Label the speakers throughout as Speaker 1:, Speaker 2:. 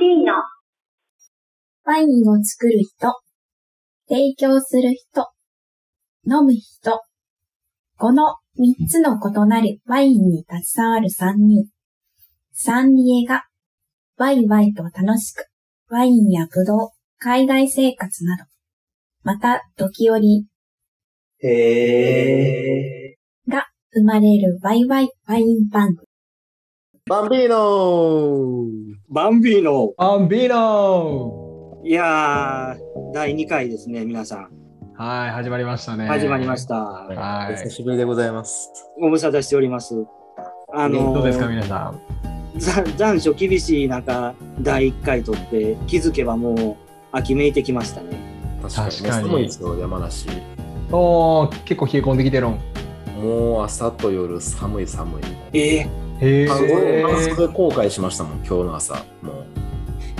Speaker 1: リーノ、
Speaker 2: ワインを作る人、提供する人、飲む人。この3つの異なるワインに携わる3人。サンリエが、ワイワイと楽しく、ワインやブドウ、海外生活など、また時折
Speaker 3: へえ。
Speaker 2: 生まれるワイワイワイン番組。
Speaker 3: バンビーノ
Speaker 4: バンビーノ。
Speaker 5: アンビーノ
Speaker 4: いやー、第2回ですね、皆さん。
Speaker 5: はい、始まりましたね。
Speaker 4: 始まりまし。た。
Speaker 5: は
Speaker 3: 久
Speaker 5: い。
Speaker 3: しぶりでございます。
Speaker 4: ご無沙汰しております。あ
Speaker 5: どう
Speaker 4: の
Speaker 5: ですか、
Speaker 4: ー、
Speaker 5: 皆さん。
Speaker 4: ざ残暑厳しい中、第1回とって、気づけばもう秋めいてきましたね。
Speaker 5: 確かに
Speaker 3: 寒いですよ、山梨。
Speaker 5: おー、結構冷え込んできてるん。
Speaker 3: もう朝と夜寒い寒い。
Speaker 4: ええ
Speaker 5: へ
Speaker 3: 半袖半袖
Speaker 5: ー。
Speaker 3: 後悔しましたもん、今日の朝。も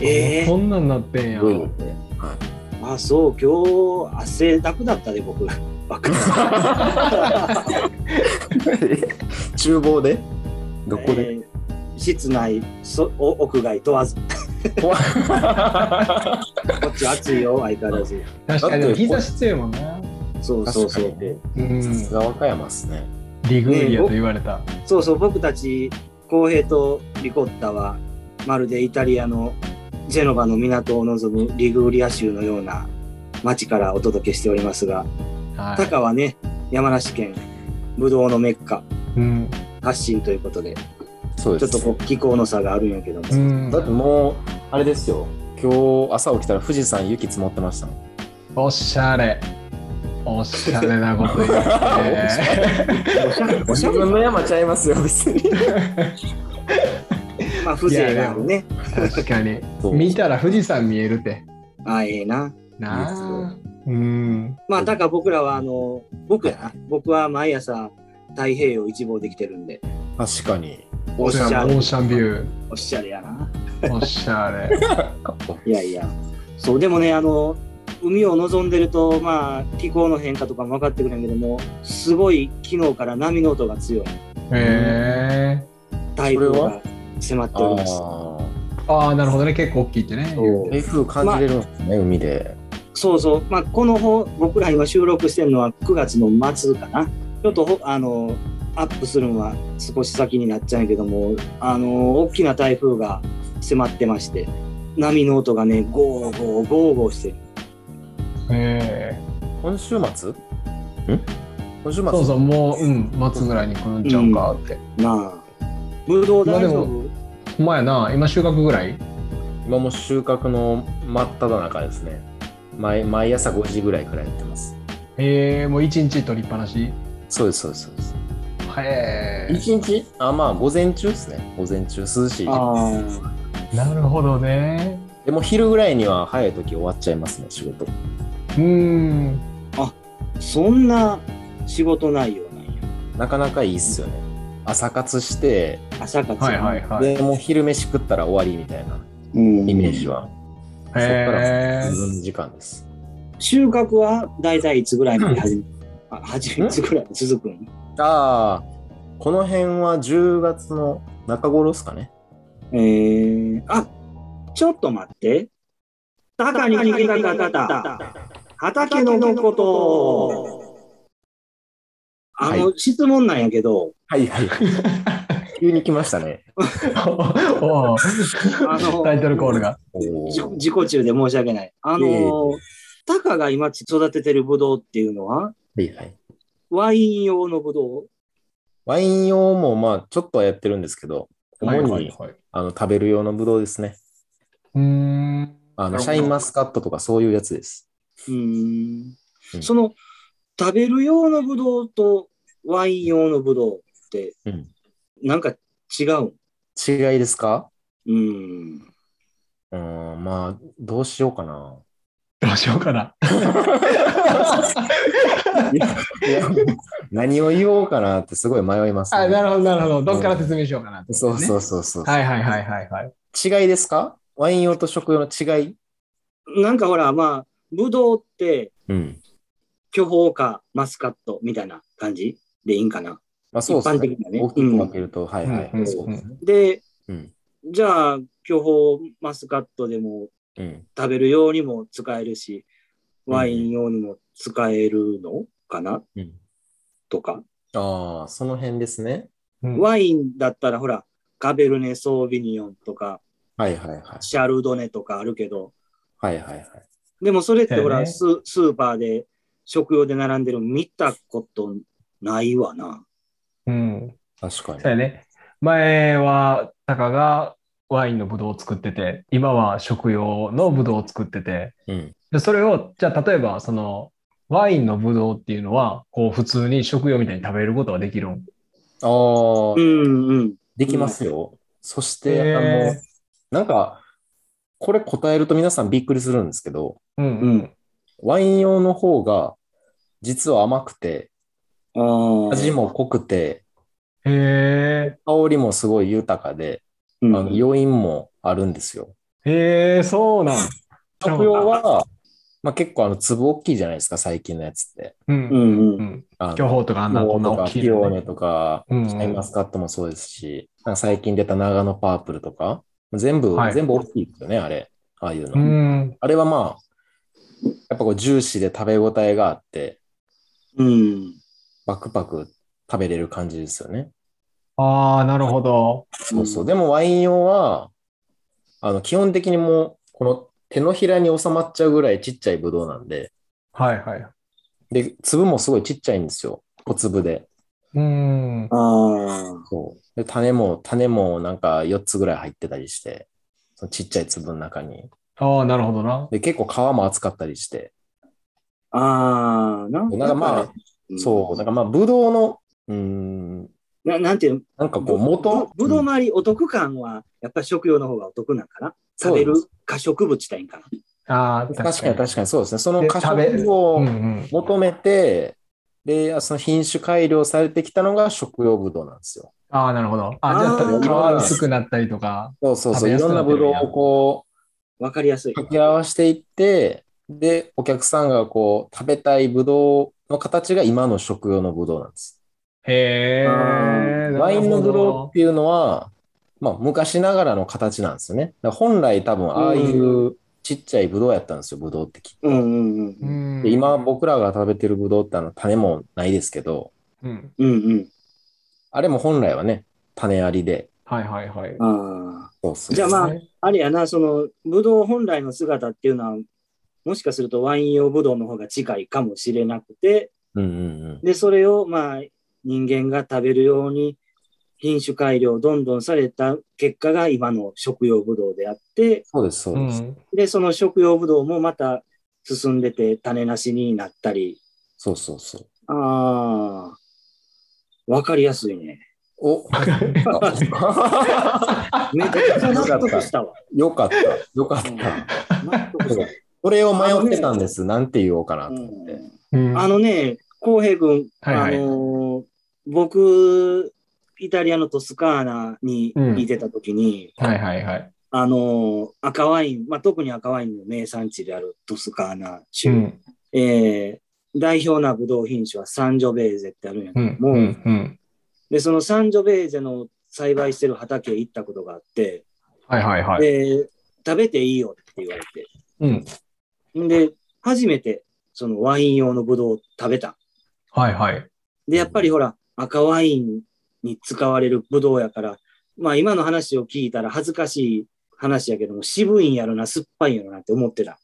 Speaker 4: ええ
Speaker 5: そんなんなってん
Speaker 3: う、
Speaker 5: や。
Speaker 3: 夜で。 はい。
Speaker 4: あ、そう、今日、汗だくだったで、僕。ばっかり
Speaker 3: 厨房で どこで、
Speaker 4: えー室内そ、お屋外問わず。
Speaker 3: 怖い
Speaker 4: こっち暑いよ、相変わらず。
Speaker 5: 確かに、でも日差し強いもんな。
Speaker 4: そうそうそう。
Speaker 5: うん。
Speaker 3: さすが和歌山ですね。
Speaker 5: リグーリアと言われた。
Speaker 4: そうそう、僕たち、浩平とリコッタは、まるでイタリアのジェノバの港を望むリグーリア州のような町からお届けしておりますが、タ
Speaker 5: は
Speaker 4: カはね、山梨県、ブドウのメッカ、
Speaker 5: い。うん。
Speaker 4: 発信ということで、
Speaker 3: そう
Speaker 4: ち
Speaker 3: で
Speaker 4: ょっ
Speaker 3: す。
Speaker 4: とこう気候の差があるんやけども。
Speaker 5: うん
Speaker 3: だってもう、あれですよ。今日朝起きたら富士山雪積もってましたもん。
Speaker 5: おしゃれ。おしゃれなこと 言って。
Speaker 3: 自分の山ちゃいますよ、別に。
Speaker 4: まあ、風情があるね。
Speaker 5: 確かに。
Speaker 3: そう
Speaker 5: 見たら富士山見えるって。
Speaker 4: ああ、ええな。
Speaker 5: ない
Speaker 3: いです
Speaker 5: あ
Speaker 3: よ。
Speaker 5: うん。
Speaker 4: まあ、タカ僕らは、あの、僕やな。僕は毎朝、太平洋一望できてるんで、
Speaker 3: 確かに。
Speaker 4: お
Speaker 5: オ
Speaker 4: っしゃ
Speaker 5: ー
Speaker 4: れ、
Speaker 5: シャンビュ
Speaker 4: おっしゃれやな。
Speaker 5: ー。おしゃれ。
Speaker 4: いやいや、そう、でもね、あの、海を望んでると、まあ、気候の変化とかも分かってくるんやけども、すごい昨日から波の音が強い。
Speaker 5: へえ
Speaker 4: 台風
Speaker 3: それ
Speaker 4: が
Speaker 3: は
Speaker 4: 迫って
Speaker 3: あ
Speaker 4: おります。
Speaker 3: あ。
Speaker 5: ああ、なるほどね。結構大きいってね。
Speaker 4: そう
Speaker 3: 台風感じれるんですね、海で。
Speaker 4: そうそう、まあ、この方、僕ら今収録してるのは9月の末かな。ちょっとほ、あの、アップするのは少し先になっちゃうんやけども、あの、大きな台風が迫ってまして、波の音がね、ゴーゴーゴーゴーしてる。
Speaker 5: へえ
Speaker 3: 今週末ん今週末
Speaker 5: そうそう、もう、うん、待つぐらいに来るんちゃうかって。
Speaker 4: なあ。ぶどう大丈
Speaker 5: まあで
Speaker 4: 夫
Speaker 5: ほんまやな、今収穫ぐらい
Speaker 3: 今もう収穫の真っ只中ですね。毎毎朝5時ぐらいからやってます。
Speaker 5: へえもう一日取りっぱなし。
Speaker 3: そうです、そうです、そうです。
Speaker 5: へえ
Speaker 3: 一日あ、まあ、午前中ですね。午前中、涼しい。
Speaker 4: あ
Speaker 5: なるほどね。
Speaker 3: でも、昼ぐらいには早い時終わっちゃいますね、仕事。
Speaker 5: うん。
Speaker 4: あ、そんな仕事内容なんや。
Speaker 3: なかなかいいっすよね。朝活して、
Speaker 4: 朝活。
Speaker 5: はいはいはい。
Speaker 3: でもう昼飯食ったら終わりみたいな
Speaker 4: うん
Speaker 3: イメージは。そっから
Speaker 5: へえ
Speaker 3: 自分時間です。
Speaker 4: 収穫は大体いつぐらいまで始め、あ始めいつぐらいまで続くん
Speaker 3: ああ、この辺は10月の中頃ですかね。
Speaker 4: えー、あ、ちょっと待って。たかに聞きたかった。畑のこと。あの、
Speaker 3: は
Speaker 4: 質問なんやけど、
Speaker 3: はい はい。急に来ましたね。
Speaker 5: お
Speaker 4: あ
Speaker 5: お
Speaker 4: の
Speaker 5: タイトルコールが。
Speaker 3: お
Speaker 4: じ
Speaker 3: ー
Speaker 4: 自己中で申し訳ない。あ
Speaker 3: いえいえ
Speaker 4: の、タカが今育ててるブドウっていうのは、
Speaker 3: はいはい。
Speaker 4: ワイン用のブドウ
Speaker 3: ワイン用もまあちょっとはやってるんですけど、主に、
Speaker 5: はい。
Speaker 3: あの食べる用のブドウですね。
Speaker 5: うーん。
Speaker 3: あ
Speaker 5: なる
Speaker 3: の
Speaker 5: ほど
Speaker 3: シャインマスカットとかそういうやつです。
Speaker 4: うーん
Speaker 3: うん
Speaker 4: その食べる用のブドウとワイン用のブドウって、
Speaker 3: うん
Speaker 4: なんか違うん。
Speaker 3: 違いですか
Speaker 4: うーん。
Speaker 3: うーん、まあどうしようかな。
Speaker 5: どうしようかな。
Speaker 3: いや 何を言おうかなってすごい迷います、ね。
Speaker 5: あ、なるほど、なるほど。どっから説明しようかなってこと
Speaker 3: そ
Speaker 5: ね、
Speaker 3: うそうそうそう。
Speaker 5: はいはいはいはいはい。
Speaker 3: 違いですかワイン用と食用の違い
Speaker 4: なんかほら、まあ、ブドウって
Speaker 3: うん。
Speaker 4: 巨峰かマスカットみたいな感じでいいんかな。
Speaker 3: まあそうです
Speaker 4: 一般的なね
Speaker 3: 大きく分けると、はいはい。
Speaker 5: うんうん
Speaker 3: そうですね
Speaker 4: で、
Speaker 3: うん
Speaker 4: じゃあ、巨峰マスカットでも
Speaker 3: うん。
Speaker 4: 食べるようにも使えるし、ワイン用にも使えるのかな
Speaker 3: うん、
Speaker 4: とか。
Speaker 3: ああ、その辺ですね。
Speaker 5: うん
Speaker 4: ワインだったらほら、カベルネ・ソービニオンとか、
Speaker 3: はいはいはい。
Speaker 4: シャルドネとかあるけど、
Speaker 3: はいはいはい。
Speaker 4: でもそれってほ
Speaker 5: だ
Speaker 4: ら、
Speaker 5: よね
Speaker 4: ススーパーで食用で並んでるの見たことないわな。
Speaker 5: うん。
Speaker 3: 確かに
Speaker 5: そう。やね。前は、タカがワインのブドウを作ってて、今は食用のブドウを作ってて、
Speaker 3: うん。
Speaker 5: で、それを、じゃあ、例えば、その、ワインのブドウっていうのは、こう、普通に食用みたいに食べることができるん。
Speaker 3: あ
Speaker 4: う
Speaker 3: あ、
Speaker 4: んうん。
Speaker 3: できますよ。そして、
Speaker 5: へー
Speaker 3: あの、なんか、これ答えると皆さんびっくりするんですけど、
Speaker 5: うん
Speaker 4: うん
Speaker 3: ワイン用の方が、実は甘くて、
Speaker 4: あー
Speaker 3: 味も濃くて、
Speaker 5: へえ、
Speaker 3: 香りもすごい豊かで、
Speaker 4: う
Speaker 3: あ
Speaker 4: ん
Speaker 3: の余韻もあるんですよ。
Speaker 5: へえ、そうなん。
Speaker 3: 食用は、まあ、結構あの粒大きいじゃないですか、最近のやつって。
Speaker 5: うん
Speaker 4: う。んう。
Speaker 5: うんん。
Speaker 3: あの
Speaker 5: 巨峰とかあんな、こんな
Speaker 3: とか
Speaker 5: 大きい
Speaker 3: ピオー
Speaker 5: の
Speaker 3: ネ
Speaker 5: ね。
Speaker 3: とか、シ
Speaker 5: うんうん
Speaker 3: ャインマスカットもそうですし、なんか最近出た長野パープルとか、全部、
Speaker 5: はい
Speaker 3: 全部大きいですよね、あれ。ああいうの。
Speaker 5: うん。
Speaker 3: あれはまあ、やっぱこうジューシーで食べ応えがあって、
Speaker 4: うん。
Speaker 3: パクパク食べれる感じですよね。
Speaker 5: ああ、なるほど。
Speaker 3: そうそう。でもワイン用は、あの、基本的にもう、この手のひらに収まっちゃうぐらいちっちゃいブドウなんで、
Speaker 5: はいはい。
Speaker 3: で、粒もすごいちっちゃいんですよ。小粒で。
Speaker 5: うん。
Speaker 4: ああ。
Speaker 3: そう。で、種も、種もなんか4つぐらい入ってたりして、そのちっちゃい粒の中に。
Speaker 5: ああ、なるほどな。
Speaker 3: で、結構皮も厚かったりして。
Speaker 4: ああ。なん
Speaker 3: なんかまあ、そう、なんかまあ、ブドウの、うーん、
Speaker 4: う。ななんていう
Speaker 3: なんかこう、
Speaker 4: ぶ
Speaker 3: 元、
Speaker 4: ぶぶどう
Speaker 3: うん
Speaker 4: 周りお得感は、やっぱり食用の方がお得なんかな。
Speaker 3: そ
Speaker 4: 食
Speaker 3: う
Speaker 4: べ
Speaker 3: です
Speaker 4: る可食物たいんかな。
Speaker 5: ああ、
Speaker 3: 確かに確かにそうですね。その
Speaker 5: で
Speaker 3: 過
Speaker 5: 食べ
Speaker 3: 食を
Speaker 5: うんうん。
Speaker 3: 求めて、で、その品種改良されてきたのが食用ブドウなんですよ。
Speaker 5: ああ、なるほど。あ、じゃ
Speaker 4: あー
Speaker 5: あ、皮薄くなったりとか。
Speaker 3: そうそうそう。
Speaker 5: 食べや
Speaker 3: い
Speaker 5: す
Speaker 3: ろん
Speaker 5: く
Speaker 3: な
Speaker 5: なって
Speaker 3: ブ
Speaker 5: る
Speaker 3: ド
Speaker 5: ん
Speaker 3: ウ
Speaker 5: や
Speaker 3: をこ、。
Speaker 4: わかりやすいう
Speaker 3: 掛け合わせていって、で、お客さんがこう、食べたいブドウの形が今の食用のブドウなんです。
Speaker 5: へえ。
Speaker 3: ワインのブドウっ
Speaker 5: ロ
Speaker 3: ていうのは、まあ、昔ながらの形なんですよね。だから本来多分、ああいうちっちゃいブドウやったんですよ、ブドウってきっと。
Speaker 4: うんうん
Speaker 5: う
Speaker 4: うん。
Speaker 5: ん。
Speaker 3: で今、僕らが食べてるブドウってあの種もないですけど、
Speaker 5: うん。
Speaker 4: うんうん。
Speaker 3: あれも本来はね、種ありで。
Speaker 5: はいはいはい。
Speaker 4: ああ。
Speaker 3: そうそう
Speaker 4: じゃあまあ
Speaker 5: ね
Speaker 4: あれやな、その、ぶどう本来の姿っていうのは、もしかするとワイン用ぶどうの方が近いかもしれなくて、
Speaker 3: うんうんうん。
Speaker 4: で、それをまあ、人間が食べるように、品種改良どんどんされた結果が今の食用ぶどうであって、
Speaker 3: そうです、そう
Speaker 5: う
Speaker 3: です。
Speaker 5: ん。
Speaker 4: で、その食用ぶどうもまた進んでて種なしになったり、
Speaker 3: そうそうそう。
Speaker 4: ああ、わかりやすいね。
Speaker 3: お
Speaker 4: めちゃくちゃ納得したわ。
Speaker 3: よかった、よかっ
Speaker 4: うん
Speaker 3: た。
Speaker 4: 納得し
Speaker 3: それを迷ってたんです。なんて言おうかな
Speaker 4: た。
Speaker 3: と思っ
Speaker 4: う
Speaker 3: て。
Speaker 4: ん
Speaker 5: う ん
Speaker 4: あのね、浩平君、
Speaker 5: はいはい
Speaker 4: あのー僕、イタリアのトスカーナにいてた時に、
Speaker 5: はいはいはい。
Speaker 4: あのー赤ワイン、まあ、特に赤ワインの名産地であるトスカーナ
Speaker 5: う
Speaker 4: 州、
Speaker 5: ん。
Speaker 4: えー代表なブドウ品種はサンジョベーゼってあるんやけ
Speaker 5: う
Speaker 4: ども、
Speaker 5: ん。うん。うん。
Speaker 4: で、そのサンジョベーゼの栽培してる畑へ行ったことがあって、
Speaker 5: はいはいはい。
Speaker 4: で、食べていいよって言われ
Speaker 5: うん。
Speaker 4: て。で、初めてそのワイン用のブドウを食べた。
Speaker 5: はいはい。
Speaker 4: で、やっぱりほら、赤ワインに使われるブドウやから、まあ今の話を聞いたら恥ずかしい話やけども、渋いんやろな、酸っぱいんやろなって思ってた。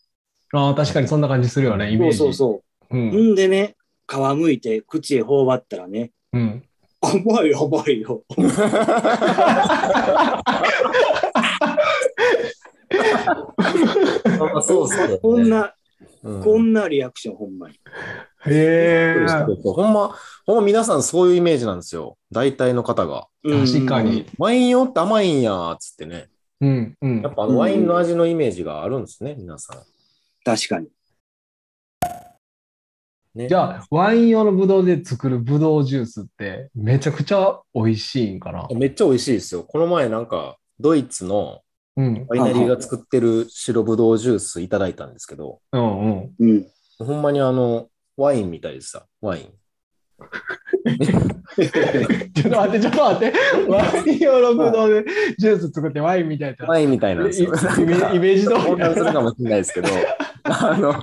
Speaker 5: ああ、確かにそんな感じするよね、イメ
Speaker 4: そ
Speaker 5: ー
Speaker 4: う
Speaker 5: ジ。
Speaker 4: そうそう。
Speaker 5: うん。
Speaker 4: んでね、皮むいて口へ頬張ったらね、
Speaker 5: うん。
Speaker 4: 甘い甘いよ。
Speaker 3: あそうそう、ね。
Speaker 4: こんな、
Speaker 3: うん、
Speaker 4: こんなリアクションほんまに。
Speaker 5: へえ。
Speaker 3: そうそうほんま、ほんま皆さんそういうイメージなんですよ。大体の方が。
Speaker 4: うん
Speaker 5: 確かに。。
Speaker 3: ワイン用って甘いんやーっつってね。
Speaker 5: うん。うん
Speaker 3: やっ。ぱあのワインの味のイメージがあるんですね、皆さ
Speaker 4: 確かに。
Speaker 3: ん。ね、
Speaker 5: じゃあ、ワイン用のブドウで作るブドウジュースってめちゃくちゃ美味しいんかな。
Speaker 3: めっちゃ美味しいですよ。この前なんか、ドイツの
Speaker 5: うん。
Speaker 3: ワイナリーが作ってる白ぶどうジュースいただいたんですけど、
Speaker 5: うんうん。
Speaker 4: うん。
Speaker 3: ほんまにあの、ワインみたいでした。ワイン。
Speaker 5: ちょっと待って、ちょっと待って。ワイン用のブドウでジュース作ってワインみたいな。
Speaker 3: ワインみたいなんです
Speaker 5: イ
Speaker 3: よ。なん
Speaker 5: メ
Speaker 3: か
Speaker 5: イメージ通
Speaker 3: 混
Speaker 5: りな
Speaker 3: 乱す るかもしれないですけど、あの、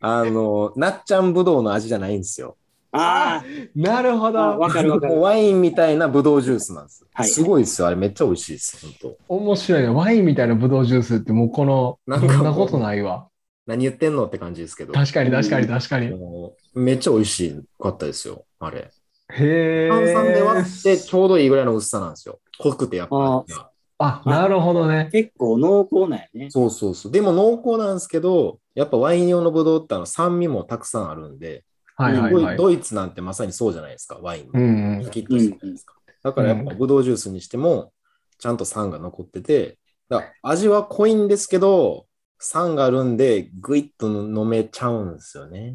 Speaker 3: あの、なっちゃんぶどうの味じゃないんですよ。
Speaker 4: あ
Speaker 5: なるほ
Speaker 4: ーあ、
Speaker 5: ど。
Speaker 4: わかるわか
Speaker 3: もう
Speaker 4: る。
Speaker 3: ワインみたいなぶどうジュースなんです。
Speaker 4: はい
Speaker 3: すごいですよ。あれめっちゃ美味しいです。本当。
Speaker 5: 面白いね。ワインみたいなブドウジュースってもうこの、
Speaker 3: な
Speaker 5: そ
Speaker 3: んか
Speaker 5: ん
Speaker 3: もう
Speaker 5: なことないわ。
Speaker 3: 何言ってんのって感じですけど。
Speaker 5: 確かに確かに確かに。
Speaker 3: もうめっちゃ美味しかったですよ。あれ。
Speaker 5: へ
Speaker 3: 炭
Speaker 5: え。
Speaker 3: 酸で割ってちょうどいいぐらいの薄さなんですよ。濃くてやっぱり。
Speaker 5: あ、なるほどね。
Speaker 4: 結構濃厚なんやね。
Speaker 3: そうそうそう。でも濃厚なんですけど、やっぱワイン用のブドウってあの酸味もたくさんあるんで、
Speaker 5: はいはい
Speaker 3: ドイ
Speaker 5: はい。
Speaker 3: ドイツなんてまさにそうじゃないですか、ワインも。
Speaker 5: うんうん
Speaker 3: シャキッとしてるじゃないですか。だからやっぱブドウジュースにしても、ちゃんと酸が残ってて、だから味は濃いんですけど、酸があるんで、ぐいっと飲めちゃうんですよね。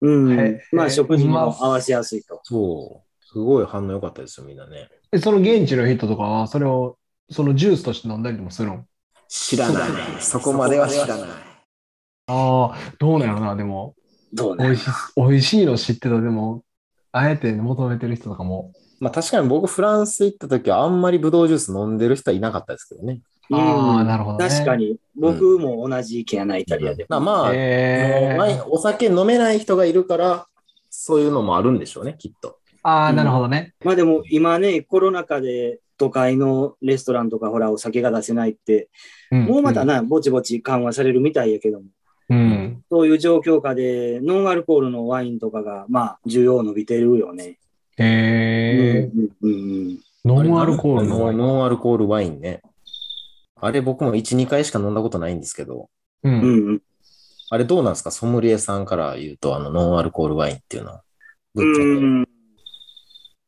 Speaker 4: う
Speaker 5: へ
Speaker 4: ん
Speaker 5: え。
Speaker 4: まあ、食事にも合わせやすいと。
Speaker 3: そう。すごい反応良かったですよ、みんなね。
Speaker 5: えその現地の人とかは、それを、そのジュースとして飲んだりもするん
Speaker 3: 知らない。そこまでは知らない。
Speaker 5: ああ、どうなんやろな、でも。
Speaker 4: どうな
Speaker 5: 美
Speaker 4: ん
Speaker 5: 味し、美味しいの知ってた、でも、あえて求めてる人とかも。
Speaker 3: まあ確かに僕、フランス行った時はあんまりブドウジュース飲んでる人はいなかったですけどね。
Speaker 5: ああ、
Speaker 4: うん
Speaker 5: なるほどね。
Speaker 4: 確かに、僕も同じ意見やな、イタリアで。
Speaker 3: まあまあ、もう
Speaker 5: へえ
Speaker 3: ワインお酒飲めない人がいるから、そういうのもあるんでしょうね、きっと。
Speaker 5: ああ、なるほどね。
Speaker 4: まあでも今ね、コロナ禍で都会のレストランとかほらお酒が出せないって、もうまたな、ぼちぼち緩和されるみたいやけども、
Speaker 5: うん。
Speaker 4: そういう状況下でノンアルコールのワインとかが、まあ需要伸びてるよね。
Speaker 5: へえ。
Speaker 4: うんうんうん
Speaker 5: ノンアルコールのワイン。
Speaker 3: ノンアルコールワインね。あれ僕も1、2回しか飲んだことないんですけど、
Speaker 5: う。
Speaker 4: うんうんんうん
Speaker 3: あれどうなんですかソムリエさんから言うと、あの、ノンアルコールワインっていうのは。ぶっちゃけ
Speaker 4: うん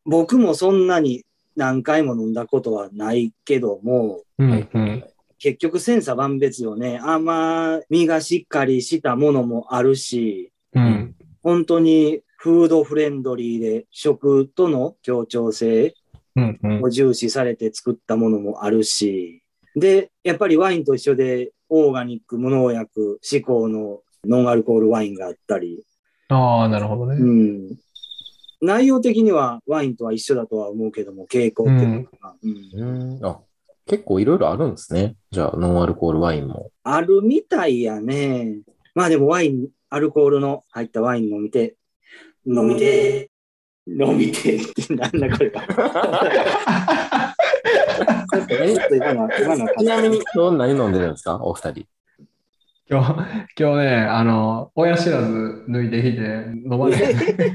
Speaker 4: 僕もそんなに何回も飲んだことはないけども、
Speaker 5: うん。うん。
Speaker 4: 結局千差万別よね。甘みがしっかりしたものもあるし、
Speaker 5: うん。
Speaker 4: 本当にフードフレンドリーで食との協調性
Speaker 5: うん。うん。
Speaker 4: を重視されて作ったものもあるし、で、やっぱりワインと一緒でオーガニック、無農薬、志向のノンアルコールワインがあったり、
Speaker 5: ああ、なるほど
Speaker 4: う
Speaker 5: ね。
Speaker 4: ん。内容的にはワインとは一緒だとは思うけども、傾向っていうのが、うん
Speaker 3: うんあ結構いろいろあるんですね。じゃあ、ノンアルコールワインも。
Speaker 4: あるみたいやね。まあでもワイン、アルコールの入ったワイン飲みて、飲みて、飲みてってなんだこれは。
Speaker 3: え
Speaker 4: ちょっと今の、今のは
Speaker 3: ちなみに、今日何飲んでるんですかお二 人。
Speaker 5: 今日、今日ね、あの、親知らず抜いてきて、飲まれて、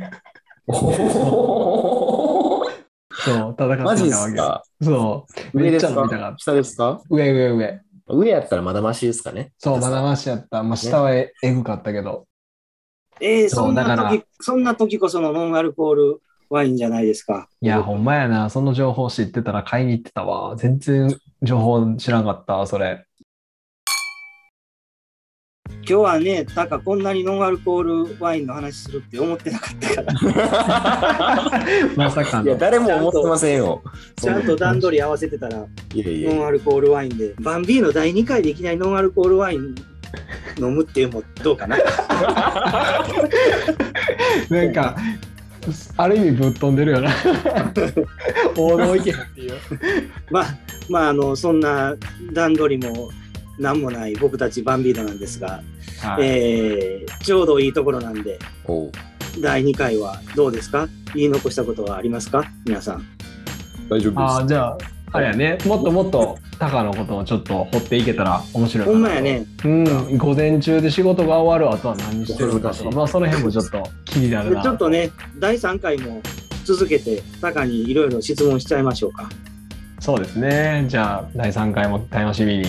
Speaker 5: そう、戦って
Speaker 3: マジ
Speaker 5: み
Speaker 3: で
Speaker 5: たわ
Speaker 3: す
Speaker 5: けよ。
Speaker 3: か
Speaker 5: そう、
Speaker 3: 上
Speaker 5: め
Speaker 3: で
Speaker 5: っちゃ
Speaker 3: す
Speaker 5: 飲みたか
Speaker 3: か
Speaker 5: っ
Speaker 3: 下ですか
Speaker 5: た。上、上、上。
Speaker 3: 上やったらまだましですかね。
Speaker 5: そう、まだましやった。まあ、下はええぐかったけど。
Speaker 4: えー、
Speaker 5: そう
Speaker 4: そん
Speaker 5: だ
Speaker 4: な
Speaker 5: から
Speaker 4: 時、そんな時こそのノンアルコールワインじゃないですか。
Speaker 5: いや、ほんまやな。その情報知ってたら買いに行ってたわ。全然情報知らんかった、それ。
Speaker 4: 今日はね、タカこんなにノンアルコールワインの話するって思ってなかったから、
Speaker 5: まさか
Speaker 3: いや、
Speaker 5: の。
Speaker 3: 誰も思ってませんよ。
Speaker 4: ちゃんと段取り合わせてたら、
Speaker 3: いやいやい
Speaker 4: ノ
Speaker 3: や
Speaker 4: ンアルコールワインで、バンビーの第2回でいきなりノンアルコールワイン飲むっていうのもどう かな。
Speaker 5: なんか、ある意味ぶっ飛んでるよな。王道意見っていう。
Speaker 4: まあ、まあ、あの、そんな段取りも何もない僕たちバンビーノなんですが、
Speaker 5: はい。
Speaker 4: えーちょうどいいところなんで、
Speaker 3: おう
Speaker 4: 第2回はどうですか言い残したことはありますか皆さん。
Speaker 3: 大丈夫です。
Speaker 5: ああ、じゃあ、あれやね。もっともっと、タカのことをちょっと掘っていけたら面白いか
Speaker 4: ほ
Speaker 5: なん
Speaker 4: まや。ね。
Speaker 5: うん、午前中で仕事が終わる後は何してるのか
Speaker 3: 難し
Speaker 5: と
Speaker 3: い
Speaker 5: か、まあ、その辺もちょっと気になる
Speaker 4: で
Speaker 5: な。
Speaker 4: ちょっとね、第3回も続けて、タカにいろいろ質問しちゃいましょうか。
Speaker 5: そうですね。じゃあ、第3回も楽しみに。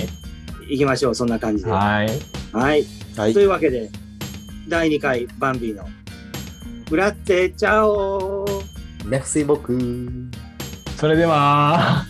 Speaker 4: いきましょう、そんな感じで。は
Speaker 5: はい。
Speaker 4: い。
Speaker 3: はい
Speaker 4: というわけで、第2回、バンビーの、ブラッテチャオー
Speaker 3: merci beaucoup.
Speaker 5: それでは。